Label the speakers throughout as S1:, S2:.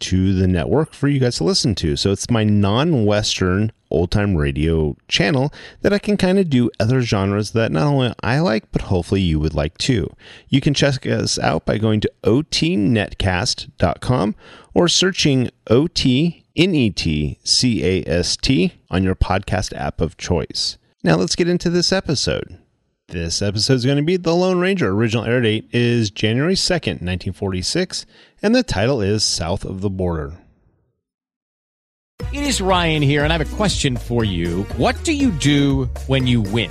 S1: to the network for you guys to listen to. So it's my non Western old time radio channel that I can kind of do other genres that not only I like, but hopefully you would like too. You can check us out by going to otnetcast.com or searching E OTNETCAST on your podcast app of choice. Now let's get into this episode. This episode is going to be The Lone Ranger. Original air date is January 2nd, 1946, and the title is South of the Border.
S2: It is Ryan here, and I have a question for you. What do you do when you win?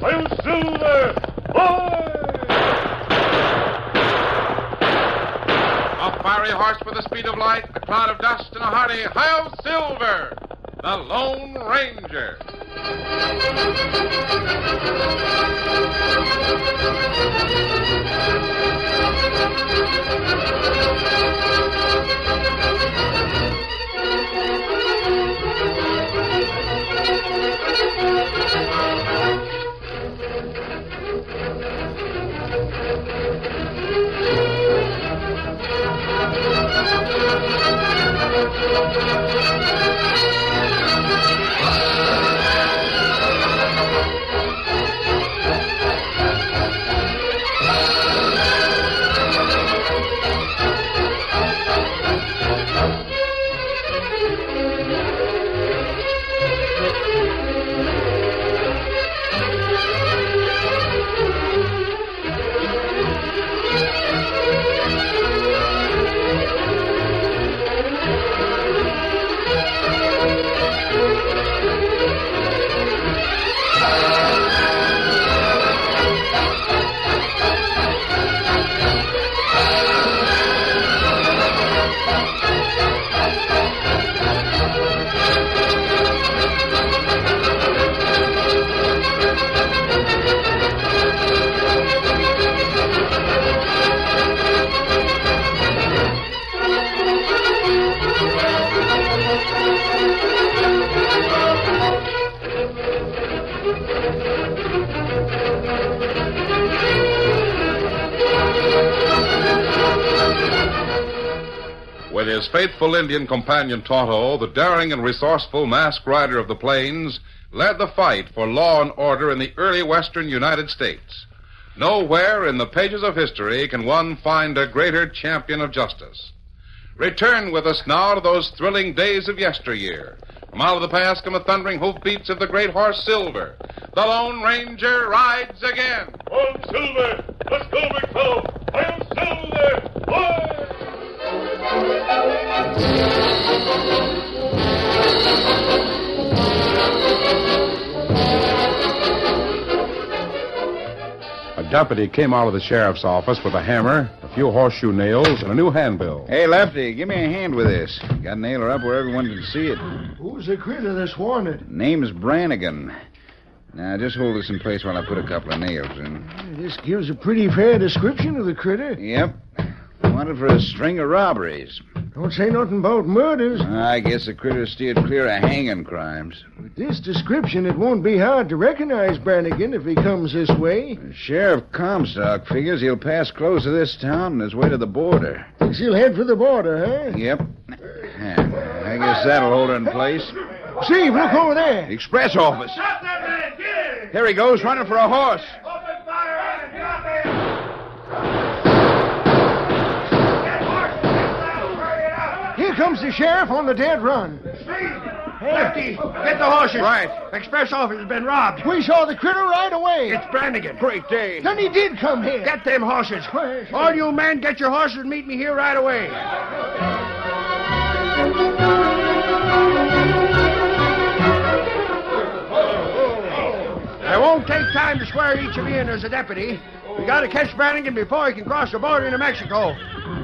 S3: Will Silver, boy!
S4: A fiery horse with the speed of light, a cloud of dust, and a hearty Hail Silver, the Lone Ranger.
S5: With his faithful Indian companion Tonto, the daring and resourceful masked rider of the plains led the fight for law and order in the early western United States. Nowhere in the pages of history can one find a greater champion of justice. Return with us now to those thrilling days of yesteryear. From out of the past come the thundering hoofbeats of the great horse Silver. The Lone Ranger rides again.
S6: On Silver! Let's go, big fellow! I am Silver! Boy!
S7: A deputy came out of the sheriff's office with a hammer, a few horseshoe nails, and a new handbill.
S8: Hey, Lefty, give me a hand with this. Got an her up where everyone can see it.
S9: Who's the critter that's wanted?
S8: Name's Brannigan. Now, just hold this in place while I put a couple of nails in.
S9: This gives a pretty fair description of the critter.
S8: Yep. Wanted for a string of robberies.
S9: Don't say nothing about murders.
S8: I guess the critter steered clear of hanging crimes.
S9: With this description, it won't be hard to recognize Brannigan if he comes this way.
S8: Sheriff Comstock figures he'll pass close to this town on his way to the border.
S9: Thinks he'll head for the border, huh?
S8: Yep. I guess that'll hold her in place.
S9: Steve, look over there.
S8: Express office.
S6: Stop that man! Get him!
S8: Here he goes, running for a horse.
S6: Open fire on him! Get out there!
S9: Here comes the sheriff on the dead run.
S10: Lefty, get the horses.
S8: Right.
S10: Express office has been robbed.
S9: We saw the critter right away.
S10: It's Brannigan.
S8: Great day.
S9: Then he did come here.
S10: Get them horses.
S9: Where-
S10: All you men, get your horses and meet me here right away. I won't take time to swear each of you in as a deputy. We gotta catch Brannigan before he can cross the border into Mexico.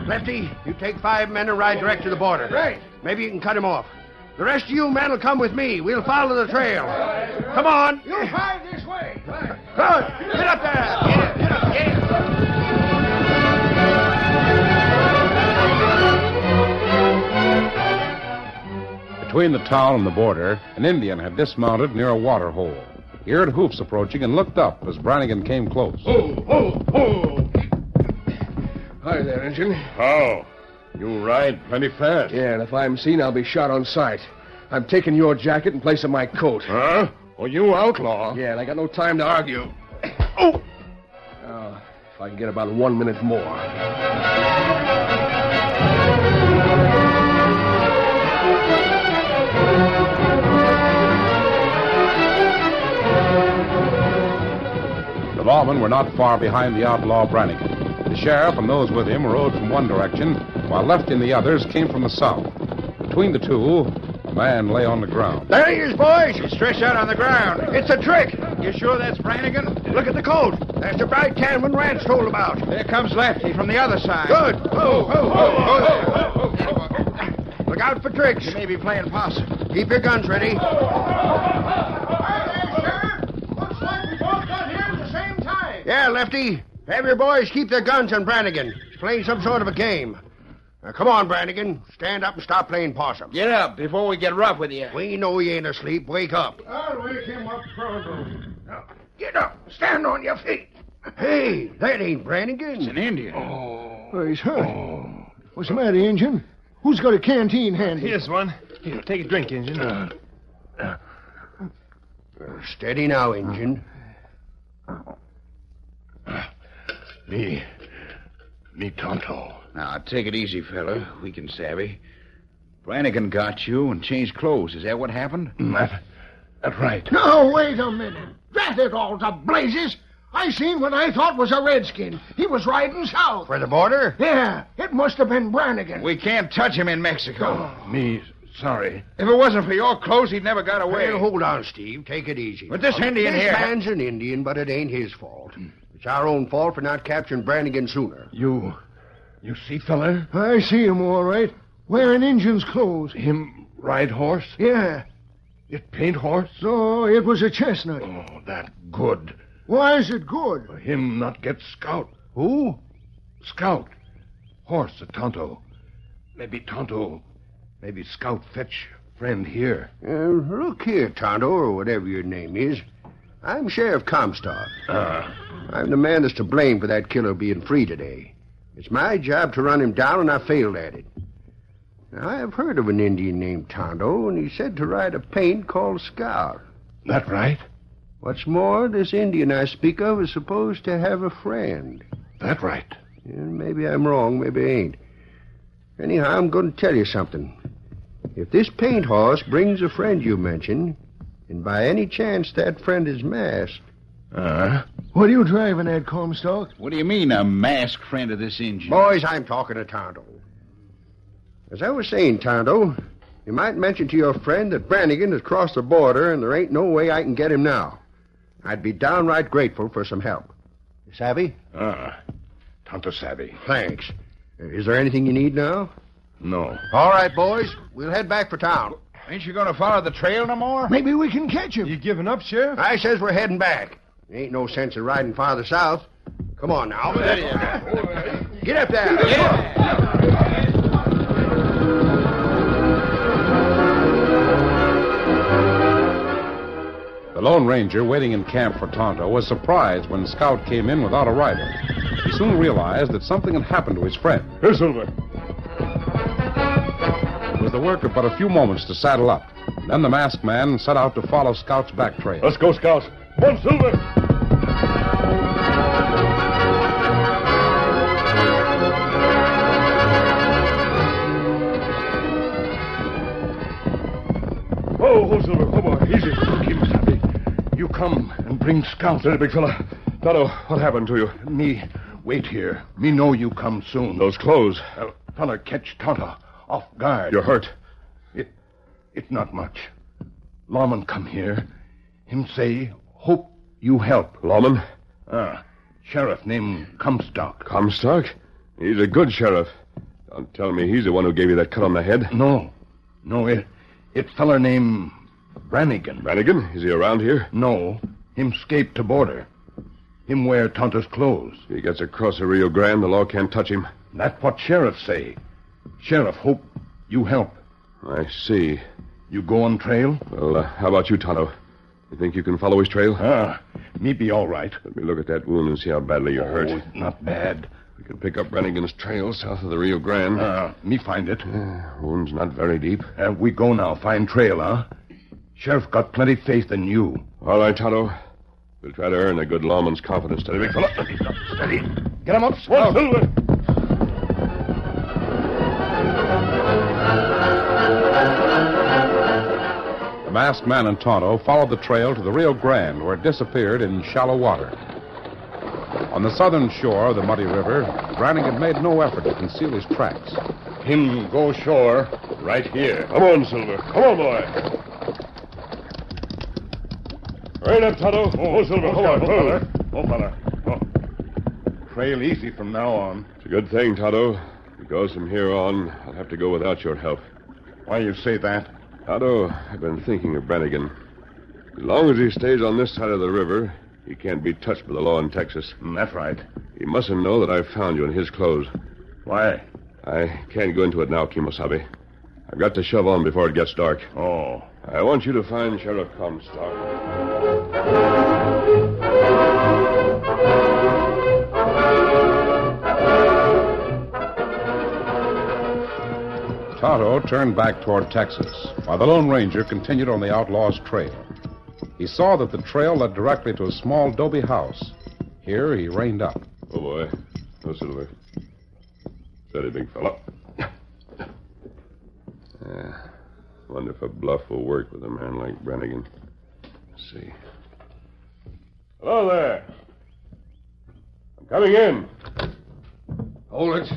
S10: Lefty, you take five men and ride direct to the border.
S9: Right.
S10: Maybe you can cut him off. The rest of you men will come with me. We'll follow the trail. Come on.
S9: You drive this way.
S10: Good. Get up there. Get up, get up, get up.
S7: Between the town and the border, an Indian had dismounted near a water hole. He heard hoofs approaching and looked up as Brannigan came close.
S10: Oh, oh. Hi there, Injun.
S11: How? You ride plenty fast.
S10: Yeah, and if I'm seen, I'll be shot on sight. I'm taking your jacket in place of my coat.
S11: Huh? Are you outlaw?
S10: Yeah, and I got no time to argue. Oh! Now, if I can get about one minute more.
S7: The lawmen were not far behind the outlaw Brannigan. The sheriff and those with him rode from one direction, while Lefty and the others came from the south. Between the two, a man lay on the ground.
S10: There he is, boys. He's
S8: stretched out on the ground.
S10: It's a trick.
S8: You sure that's Brannigan?
S10: Look at the coat. That's the bright Canman Ranch told about.
S8: There comes Lefty from the other side.
S10: Good. Ho, ho, ho, ho, ho. Look out for tricks.
S8: You may be playing possum.
S10: Keep your guns ready.
S9: Looks like we both got here at the same time.
S10: Yeah, Lefty. Have your boys keep their guns on Brannigan. He's playing some sort of a game. Now, come on, Brannigan. Stand up and stop playing possum.
S8: Get up before we get rough with you.
S10: We know he ain't asleep. Wake up.
S9: I'll wake him up pronto.
S10: Now, get up. Stand on your feet. Hey, that ain't Brannigan.
S8: It's an Indian.
S9: Oh, he's hurt. What's the matter, Injun? Who's got a canteen handy?
S10: Here's one. Here, take a drink, Injun. steady now, Injun.
S11: Me. Me Tonto.
S8: Now, take it easy, fella. We can savvy. Brannigan got you and changed clothes. Is that what happened?
S9: Mm,
S11: That, that right.
S9: No, wait a minute. That it all to blazes. I seen what I thought was a redskin. He was riding south.
S10: For the border?
S9: Yeah, it must have been Brannigan. Oh.
S8: We can't touch him in Mexico.
S11: Me sorry.
S8: If it wasn't for your clothes, he'd never got away.
S10: Well, hold on, Steve. Take it easy.
S8: But this
S10: now,
S8: Indian
S10: this
S8: here-
S10: man's an Indian, but it ain't his fault.
S11: Hmm.
S10: It's our own fault for not capturing Brannigan sooner.
S11: You. You see, fella?
S9: I see him all right, wearing Injun's clothes.
S11: Him ride horse?
S9: Yeah.
S11: It paint horse?
S9: No, it was a chestnut.
S11: Oh, that good.
S9: Why is it good?
S11: Him not get scout.
S9: Who?
S11: Scout. Horse at Tonto. Maybe Tonto. Maybe scout fetch friend here.
S10: Uh, look here, Tonto, or whatever your name is. I'm Sheriff Comstock.
S11: Ah.
S10: I'm the man that's to blame for that killer being free today. It's my job to run him down, and I failed at it.
S12: Now, I have heard of an Indian named Tonto, and he's said to ride a paint called Scout.
S9: That right?
S12: What's more, this Indian I speak of is supposed to have a friend.
S9: That right?
S12: And maybe I'm wrong, maybe I ain't. Anyhow, I'm going to tell you something. If this paint horse brings a friend you mention, and by any chance that friend is masked,
S9: Uh-huh.
S12: what are you driving at, Comstock?
S13: What do you mean, a masked friend of this engine?
S12: Boys, I'm talking to Tonto. As I was saying, Tonto, you might mention to your friend that Brannigan has crossed the border and there ain't no way I can get him now. I'd be downright grateful for some help. You Savvy?
S9: Ah, Tonto savvy.
S12: Thanks. Is there anything you need now?
S9: No.
S12: All right, boys. We'll head back for town.
S13: Ain't you gonna follow the trail no more?
S14: Maybe we can catch him.
S9: You giving up, Sheriff?
S12: I says we're heading back. There ain't no sense in riding farther south. Come on now. Get up there.
S15: The Lone Ranger, waiting in camp for Tonto, was surprised when Scout came in without a rider. He soon realized that something had happened to his friend.
S9: Here, Silver.
S15: It was the work of but a few moments to saddle up. Then the masked man set out to follow Scout's back trail.
S9: Let's go, Scouts. One Silver. Oh, oh, Silver. Oh, boy. Easy. Keep him happy. You come and bring Scout, little big fella. Tonto, what happened to you? Me wait here. Me know you come soon. Those clothes. Uh, fella catch Tonto off guard. You're hurt. It, it not much. Lawman come here. Him say, hope you help. Lawman? Ah, sheriff name Comstock.
S10: Comstock? He's a good sheriff. Don't tell me he's the one who gave you that cut on the head.
S9: No, no, it, it feller name Brannigan.
S10: Brannigan? Is he around here?
S9: No, him scape to border. Him wear Tonto's clothes.
S10: If he gets across the Rio Grande, the law can't touch him.
S9: That what sheriff say. Sheriff hope you help.
S10: I see.
S9: You go on trail?
S10: Well, uh, how about you, Tonto? You think you can follow his trail?
S9: Ah, me be all right.
S10: Let me look at that wound and see how badly you're hurt.
S9: Oh, it's not bad.
S10: We can pick up Brannigan's trail south of the Rio Grande.
S9: Ah,
S10: Ah,
S9: me find it.
S10: Wound's not very deep.
S9: Uh, we go now, find trail, huh? Sheriff got plenty faith in you.
S10: All right, Tonto. We'll try to earn the good lawman's confidence today, big fella.
S9: Steady. Get him up, Scout. Silver.
S15: The masked man and Tonto followed the trail to the Rio Grande, where it disappeared in shallow water. On the southern shore of the muddy river, Brannigan made no effort to conceal his tracks.
S9: Him go shore right here. Come on, Silver. Come on, boy. Right up, Tonto. Oh, Silver. come on, fella. Oh, fella. Oh. Trail easy from now on.
S10: It's a good thing, Tonto, because from here on, I'll have to go without your help.
S9: Why you say that?
S10: Tonto, I've been thinking of Brannigan. As long as he stays on this side of the river, he can't be touched by the law in Texas.
S9: Mm, That's right.
S10: He mustn't know that I found you in his clothes.
S9: Why?
S10: I can't go into it now, Kimosabe. I've got to shove on before it gets dark.
S9: Oh.
S10: I want you to find Sheriff Comstock.
S15: Tonto turned back toward Texas, while the Lone Ranger continued on the outlaw's trail. He saw that the trail led directly to a small adobe house. Here he reined up.
S10: Oh, boy. No silver. Steady, big fella. Yeah. Wonder if a bluff will work with a man like Brannigan. Let's see. Hello there. I'm coming in.
S9: Hold it.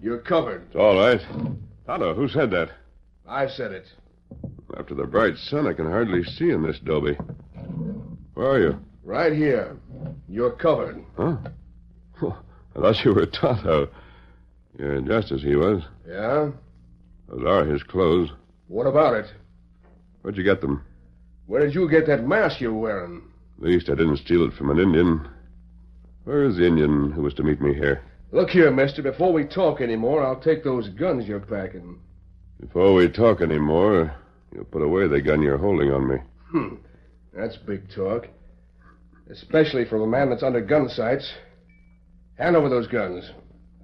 S9: You're covered.
S10: It's all right. Tonto, who said that?
S9: I said it.
S10: After the bright sun, I can hardly see in this dobe. Where are you?
S9: Right here. You're covered.
S10: Huh? I thought you were Tonto. You're just as he was.
S9: Yeah?
S10: Those are his clothes.
S9: What about it?
S10: Where'd you get them?
S9: Where did you get that mask you're wearing?
S10: At least I didn't steal it from an Indian. Where is the Indian who was to meet me here?
S9: Look here, mister. Before we talk any more, I'll take those guns you're packing.
S10: Before we talk any more, you'll put away the gun you're holding on me.
S9: Hmm. That's big talk. Especially from a man that's under gun sights. Hand over those guns.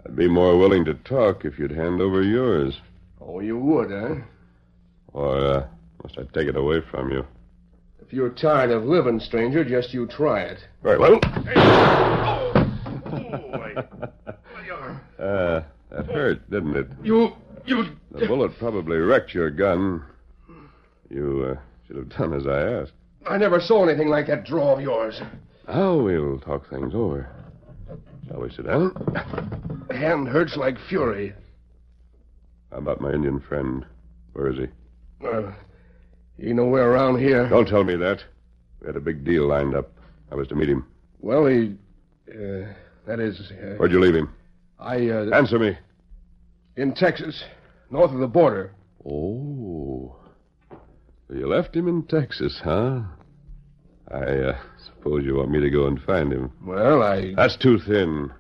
S10: I'd be more willing to talk if you'd hand over yours.
S9: Oh, you would, huh?
S10: Or uh, must I take it away from you?
S9: If you're tired of living, stranger, just you try it. Oh,
S10: Very well.
S16: Well,
S10: Uh, that hurt, didn't it?
S16: You. You.
S10: The bullet probably wrecked your gun. You uh, should have done as I asked.
S9: I never saw anything like that draw of yours.
S10: Now we'll talk things over. Shall we sit down?
S9: Hand hurts like fury.
S10: How about my Indian friend? Where is he?
S9: Uh, you know we're around here.
S10: Don't tell me that. We had a big deal lined up. I was to meet him.
S9: Well, he. Uh, that is. Uh,
S10: Where'd you leave him?
S9: I. Uh,
S10: Answer me.
S9: In Texas, north of the border.
S10: Oh. So you left him in Texas, huh? I uh, suppose you want me to go and find him.
S9: Well, I.
S10: That's too thin.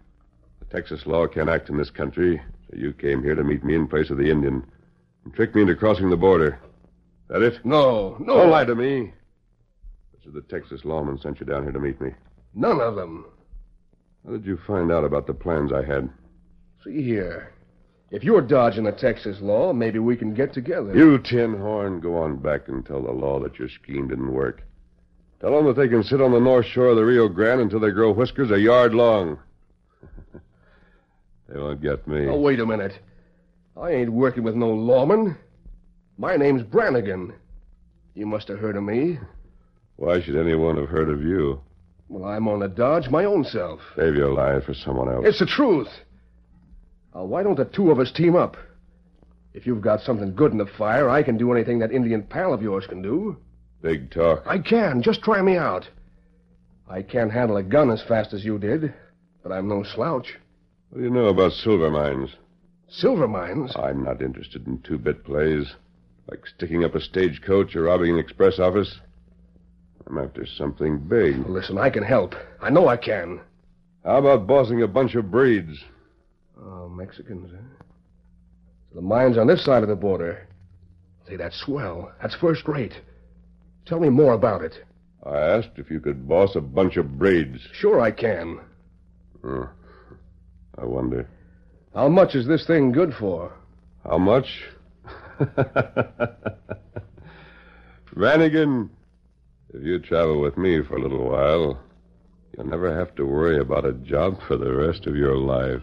S10: The Texas law can't act in this country, so you came here to meet me in place of the Indian and trick me into crossing the border. That it?
S9: No, no.
S10: Don't lie to me. Which of the Texas lawmen sent you down here to meet me?
S9: None of them.
S10: How did you find out about the plans I had?
S9: See here. If you're dodging the Texas law, maybe we can get together.
S10: You tin horn, go on back and tell the law that your scheme didn't work. Tell them that they can sit on the north shore of the Rio Grande until they grow whiskers a yard long. they won't get me.
S9: Oh, wait a minute. I ain't working with no lawman. My name's Brannigan. You must have heard of me.
S10: Why should anyone have heard of you?
S9: Well, I'm on the dodge my own self.
S10: Save your life for someone else.
S9: It's the truth. Now, why don't the two of us team up? If you've got something good in the fire, I can do anything that Indian pal of yours can do.
S10: Big talk.
S9: I can. Just try me out. I can't handle a gun as fast as you did, but I'm no slouch.
S10: What do you know about silver mines?
S9: Silver mines?
S10: I'm not interested in two bit plays, like sticking up a stagecoach or robbing an express office. I'm after something big.
S9: Listen, I can help. I know I can.
S10: How about bossing a bunch of breeds?
S9: Oh, Mexicans, huh? So the mines on this side of the border. Say, that's swell. That's first rate. Tell me more about it.
S10: I asked if you could boss a bunch of breeds.
S9: Sure, I can.
S10: Hmm. I wonder.
S9: How much is this thing good for?
S10: How much? Rannigan, if you travel with me for a little while, you'll never have to worry about a job for the rest of your life.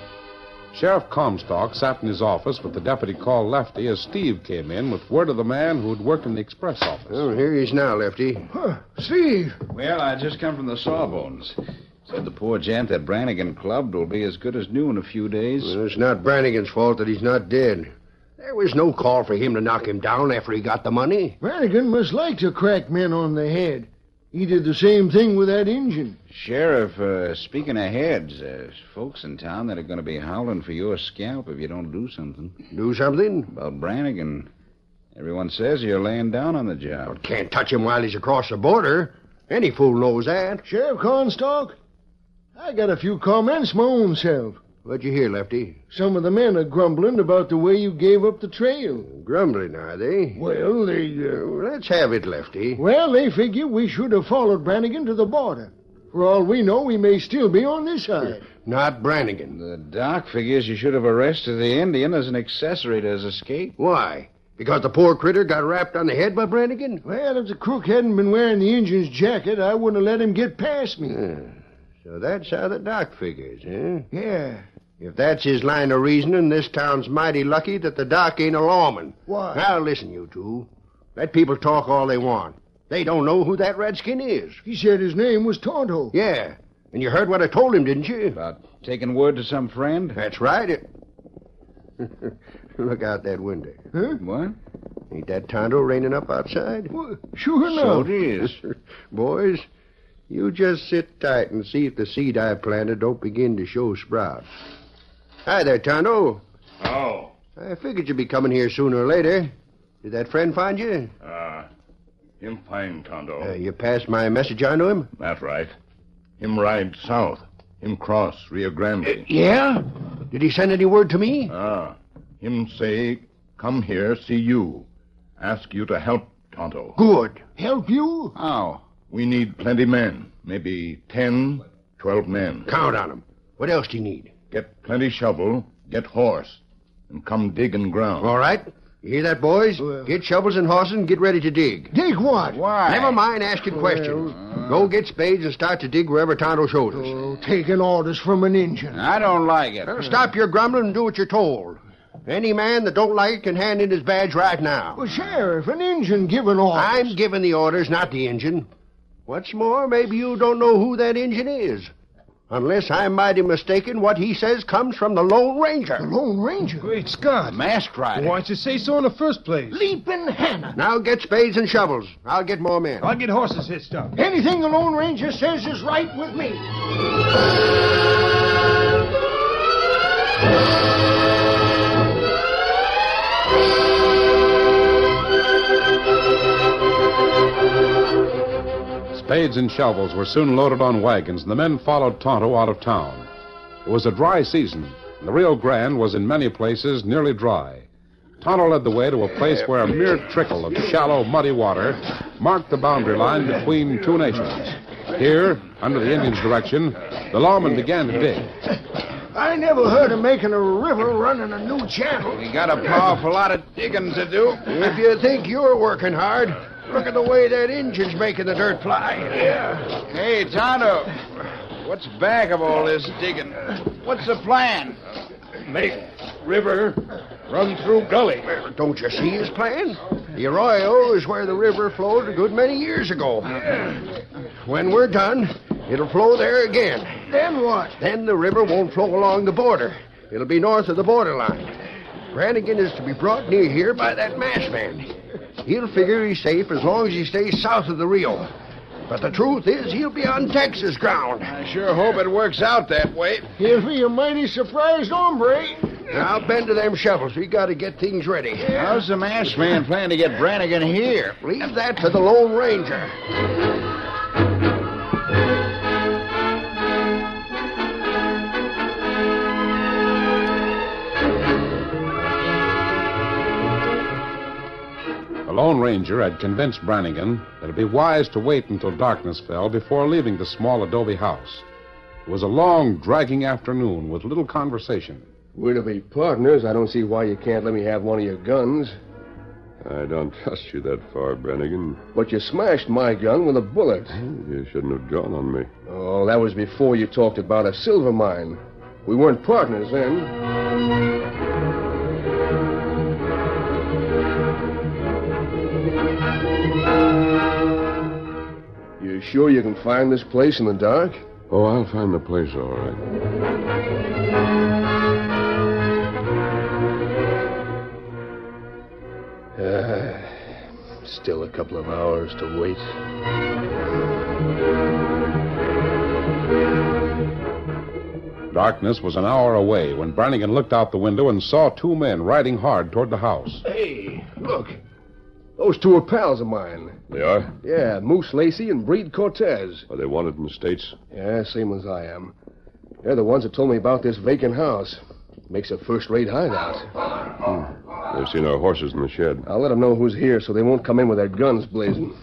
S17: Sheriff Comstock sat in his office with the deputy called Lefty as Steve came in with word of the man who'd worked in the express office.
S9: Well, here he is now, Lefty. Steve!
S18: Well, I just come from the Sawbones. Said the poor gent that Brannigan clubbed will be as good as new in a few days.
S9: Well, It's not Brannigan's fault that he's not dead. There was no call for him to knock him down after he got the money.
S19: Brannigan must like to crack men on the head. He did the same thing with that engine.
S18: Sheriff, uh, speaking of heads, there's folks in town that are going to be howling for your scalp if you don't do something.
S9: Do something?
S18: About Brannigan. Everyone says you're laying down on the job.
S9: Can't touch him while he's across the border. Any fool knows that.
S19: Sheriff Cornstalk, I got a few comments my own self.
S9: What'd you hear, Lefty?
S19: Some of the men are grumbling about the way you gave up the trail.
S9: Grumbling, are they?
S19: Well, they.
S9: Uh, let's have it, Lefty.
S19: Well, they figure we should have followed Brannigan to the border. For all we know, we may still be on this side.
S9: Not Brannigan.
S18: The doc figures you should have arrested the Indian as an accessory to his escape.
S9: Why? Because the poor critter got wrapped on the head by Brannigan?
S19: Well, if the crook hadn't been wearing the Indian's jacket, I wouldn't have let him get past me.
S9: So that's how the doc figures, eh?
S19: Yeah.
S9: If that's his line of reasoning, this town's mighty lucky that the doc ain't a lawman.
S19: Why?
S9: Now, listen, you two. Let people talk all they want. They don't know who that redskin is.
S19: He said his name was Tonto.
S9: Yeah. And you heard what I told him, didn't you?
S18: About taking word to some friend?
S9: That's right. It... Look out that window.
S19: Huh?
S18: What?
S9: Ain't that Tonto raining up outside?
S19: Well, sure
S18: So
S19: enough.
S18: it is.
S9: Boys, you just sit tight and see if the seed I planted don't begin to show sprouts. Hi there, Tonto. Oh. I figured you'd be coming here sooner or later. Did that friend find you?
S20: Ah, him fine, Tonto.
S9: Uh, you passed my message on to him?
S20: That right. Him ride south. Him cross Rio Grande.
S9: Yeah? Did he send any word to me?
S20: Ah. Him say, come here, see you. Ask you to help, Tonto.
S9: Good. Help you?
S20: How? We need plenty men. Maybe ten, twelve men.
S9: Count on 'em. What else do you need?
S20: Get plenty shovel, get horse, and come digging ground.
S9: All right. You hear that, boys? get shovels and horses and get ready to dig.
S21: Dig what?
S9: Why? Never mind asking questions. Go get spades and start to dig wherever Tonto shows us.
S21: Oh, taking orders from an engine.
S22: I don't like it.
S9: Well, stop your grumbling and do what you're told. Any man that don't like it can hand in his badge right now.
S21: Well, Sheriff, an engine giving orders.
S9: I'm giving the orders, not the engine. What's more, maybe you don't know who that engine is. Unless I'm mighty mistaken, what he says comes from the Lone Ranger.
S21: The Lone Ranger?
S23: Great Scott.
S22: Masked rider.
S23: Why'd you say so in the first place?
S21: Leaping Hannah.
S9: Now get spades and shovels. I'll get more men.
S23: I'll get horses hitched up.
S21: Anything the Lone Ranger says is right with me.
S24: Spades and shovels were soon loaded on wagons, and the men followed Tonto out of town. It was a dry season, and the Rio Grande was in many places nearly dry. Tonto led the way to a place where a mere trickle of shallow, muddy water marked the boundary line between two nations. Here, under the Indian's direction, the lawmen began to dig.
S21: I never heard of making a river running a new channel.
S22: We got a powerful lot of digging to do.
S9: If you think you're working hard, look at the way that engine's making the dirt fly.
S22: Hey, Tonto, what's back of all this digging? What's the plan?
S20: Make river run through gully.
S9: Don't you see his plan? The arroyo is where the river flowed a good many years ago. When we're done, it'll flow there again.
S21: Then what?
S9: Then the river won't flow along the border. It'll be north of the border line. Brannigan is to be brought near here by that masked man. He'll figure he's safe as long as he stays south of the Rio. But the truth is, he'll be on Texas ground.
S22: I sure hope it works out that way.
S21: He'll be a mighty surprised hombre.
S9: Now bend to them shovels. We gotta get things ready.
S22: How's the masked man plan to get Brannigan here?
S9: Leave that to the Lone Ranger.
S24: The Lone Ranger had convinced Brannigan that it'd be wise to wait until darkness fell before leaving the small adobe house. It was a long, dragging afternoon with little conversation.
S10: We're to be partners. I don't see why you can't let me have one of your guns.
S25: I don't trust you that far, Brannigan.
S10: But you smashed my gun with a bullet.
S25: You shouldn't have drawn on me.
S10: Oh, that was before you talked about a silver mine. We weren't partners then. You sure you can find this place in the dark?
S25: Oh, I'll find the place all right.
S10: Uh, still a couple of hours to wait.
S24: Darkness was an hour away when Brannigan looked out the window and saw two men riding hard toward the house.
S10: Hey, look. Those two are pals of mine.
S25: They are?
S10: Yeah, Moose Lacey and Breed Cortez.
S25: Are they wanted in the States?
S10: Yeah, same as I am. They're the ones that told me about this vacant house. Makes a first-rate hideout.
S25: Hmm. They've seen our horses in the shed.
S10: I'll let them know who's here so they won't come in with their guns blazing.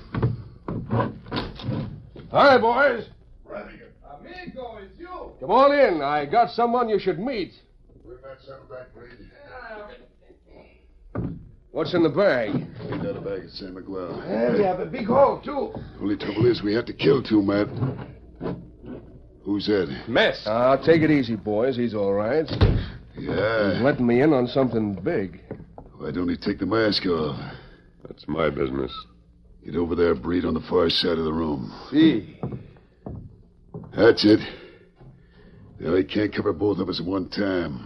S10: Hi, boys.
S26: Amigo, it's you.
S10: Come on in. I got someone you should meet.
S26: We met some back, please.
S10: What's in the bag?
S26: We got a bag at San Miguel.
S10: Yeah, we have a big hole, too.
S26: Only trouble is we had to kill two men. Who's that?
S10: Mess. Ah, take it easy, boys. He's all right. He's
S26: Yeah.
S10: letting me in on something big.
S26: Why don't he take the mask off?
S25: That's my business.
S26: Get over there, Breed, on the far side of the room.
S10: See?
S26: That's it. Now he can't cover both of us at one time.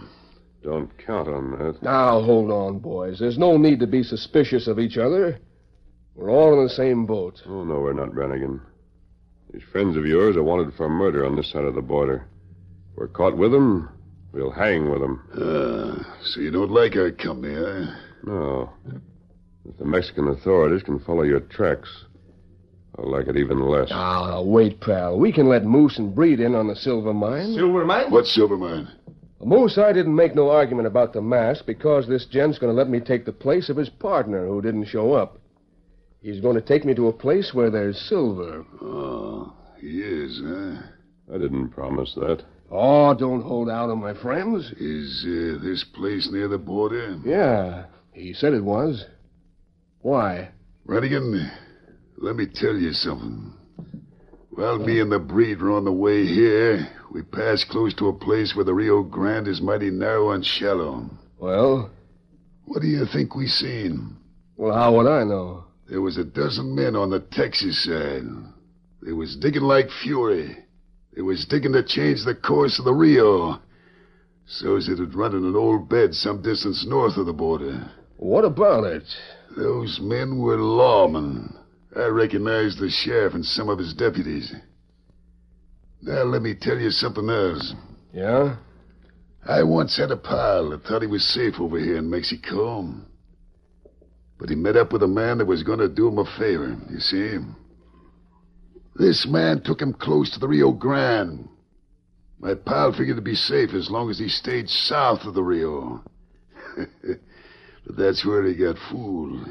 S25: Don't count on that.
S10: Now, hold on, boys. There's no need to be suspicious of each other. We're all in the same boat.
S25: Oh, no, we're not, Brannigan. These friends of yours are wanted for murder on this side of the border. We're caught with them,
S27: We'll hang with them.
S9: Uh, so you don't like our company, eh?
S27: No. If the Mexican authorities can follow your tracks, I'll like it even less.
S28: Ah, now wait, pal. We can let Moose and Breed in on the silver mine.
S10: Silver mine?
S9: What silver mine?
S28: Moose, I didn't make no argument about the mask because this gent's going to let me take the place of his partner who didn't show up. He's going to take me to a place where there's silver.
S9: Oh, he is, huh?
S27: I didn't promise that.
S28: Oh, don't hold out on my friends.
S9: Is uh, this place near the border?
S28: Yeah, he said it was. Why?
S9: Redigan, let me tell you something. While me and the breed were on the way here, we passed close to a place where the Rio Grande is mighty narrow and shallow.
S28: Well?
S9: What do you think we seen?
S28: Well, how would I know?
S9: There was a dozen men on the Texas side. They was digging like fury. They was digging to change the course of the Rio. So's it'd run in an old bed some distance north of the border.
S28: What about it?
S9: Those men were lawmen. I recognized the sheriff and some of his deputies. Now let me tell you something else.
S28: Yeah?
S9: I once had a pal that thought he was safe over here in Mexico. But he met up with a man that was going to do him a favor, you see. This man took him close to the Rio Grande. My pal figured to be safe as long as he stayed south of the Rio. but that's where he got fooled.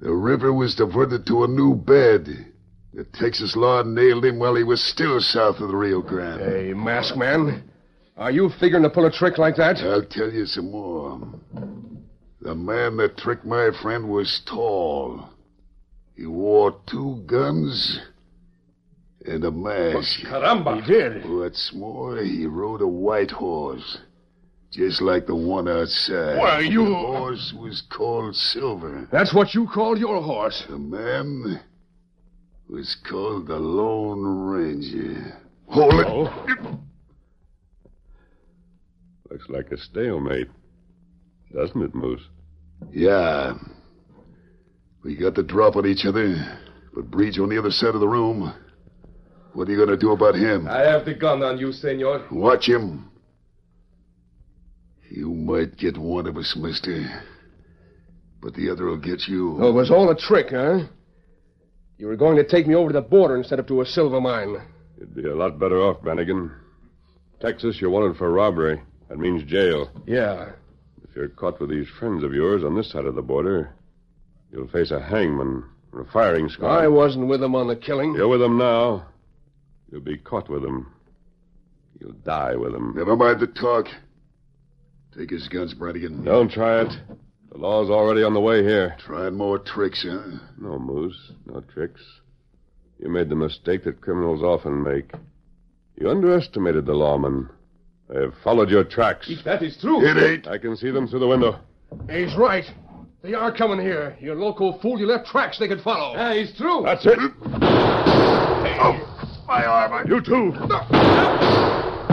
S9: The river was diverted to a new bed. The Texas law nailed him while he was still south of the Rio Grande.
S28: Hey, mask man. Are you figuring to pull a trick like that?
S9: I'll tell you some more. The man that tricked my friend was tall. He wore two guns and a mask.
S10: Caramba! He did.
S9: What's more, he rode a white horse, just like the one outside.
S10: Why, you-
S9: The horse was called Silver.
S10: That's what you call your horse.
S9: The man was called the Lone Ranger. Hold it.
S29: Oh.
S27: Looks like a stalemate. Doesn't it, Moose?
S9: Yeah. We got the drop on each other, but Breed's on the other side of the room. What are you going to do about him?
S29: I have the gun on you, senor.
S9: Watch him. You might get one of us, mister. But the other will get you.
S28: Oh, it was all a trick, huh? You were going to take me over to the border instead of to a silver mine.
S27: You'd be a lot better off, Brannigan. Texas, you're wanted for robbery. That means jail.
S28: Yeah.
S27: If you're caught with these friends of yours on this side of the border, you'll face a hangman and a firing squad.
S28: I wasn't with them on the killing.
S27: You're with them now. You'll be caught with them. You'll die with them.
S9: Never mind the talk. Take his guns, Brannigan.
S27: Don't try it. The law's already on the way here.
S9: Trying more tricks, huh?
S27: No, Moose. No tricks. You made the mistake that criminals often make. You underestimated the lawmen. They have followed your tracks.
S10: That is true.
S9: It ain't.
S27: I can see them through the window.
S10: He's right. They are coming here. You loco fool, you left tracks they could follow.
S29: Ah, it's true.
S27: That's it.
S10: My arm, I...
S27: You too.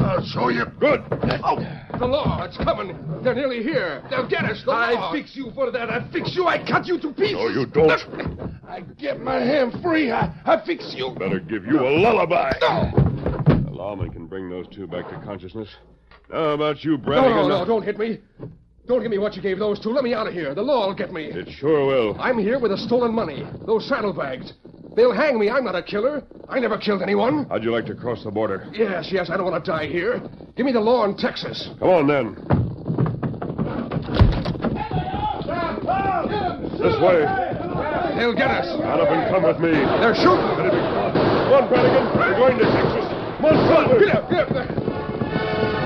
S9: I'll show you.
S27: Good.
S10: The law, it's coming. They're nearly here. They'll get us. The
S29: I
S10: law.
S29: fix you for that. I fix you. I cut you to pieces.
S27: No, you don't.
S10: I get my hand free. I, I fix you.
S27: Better give you a lullaby. The lawman can bring those two back to consciousness. Now about you,
S10: No,
S27: Brannigan.
S10: no, no, don't hit me. Don't give me what you gave those two. Let me out of here. The law will get me.
S27: It sure will.
S10: I'm here with the stolen money, those saddlebags. They'll hang me. I'm not a killer. I never killed anyone.
S27: How'd you like to cross the border?
S10: Yes, yes, I don't want to die here. Give me the law in Texas.
S27: Come on, then. This way.
S10: They'll get us.
S27: Get up and come with me.
S10: They're shooting.
S27: Come on, Brannigan. We're going to Texas. Come on, Silver.
S10: Get up, get up.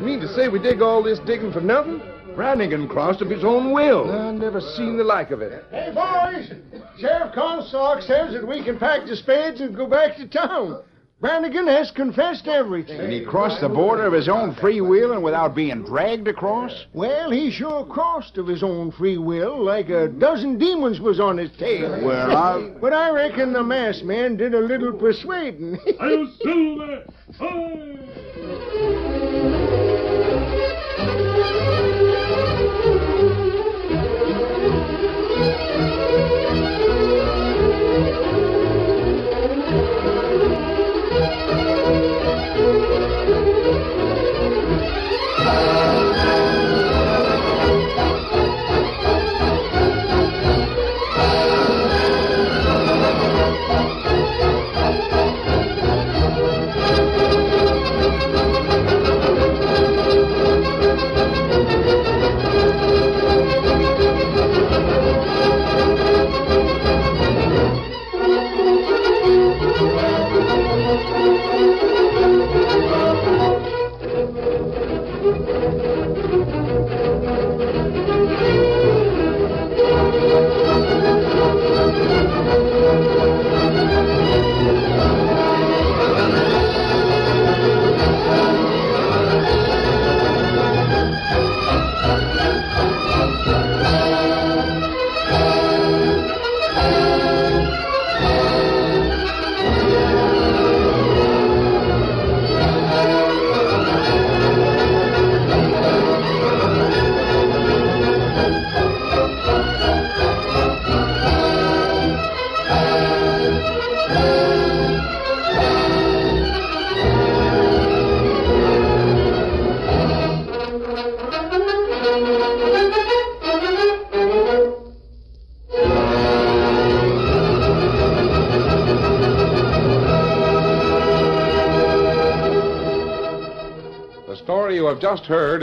S30: Mean to say we dig all this digging for nothing? Brannigan crossed of his own will. I never seen the like of it.
S31: Hey, boys! Sheriff Comstock says that we can pack the spades and go back to town. Brannigan has confessed everything.
S32: And he crossed the border of his own free will and without being dragged across?
S31: Well, he sure crossed of his own free will like a dozen demons was on his tail.
S32: Well, I-
S31: But I reckon the masked man did a little persuading.
S3: I'll sell that. Hi!
S9: story you have just heard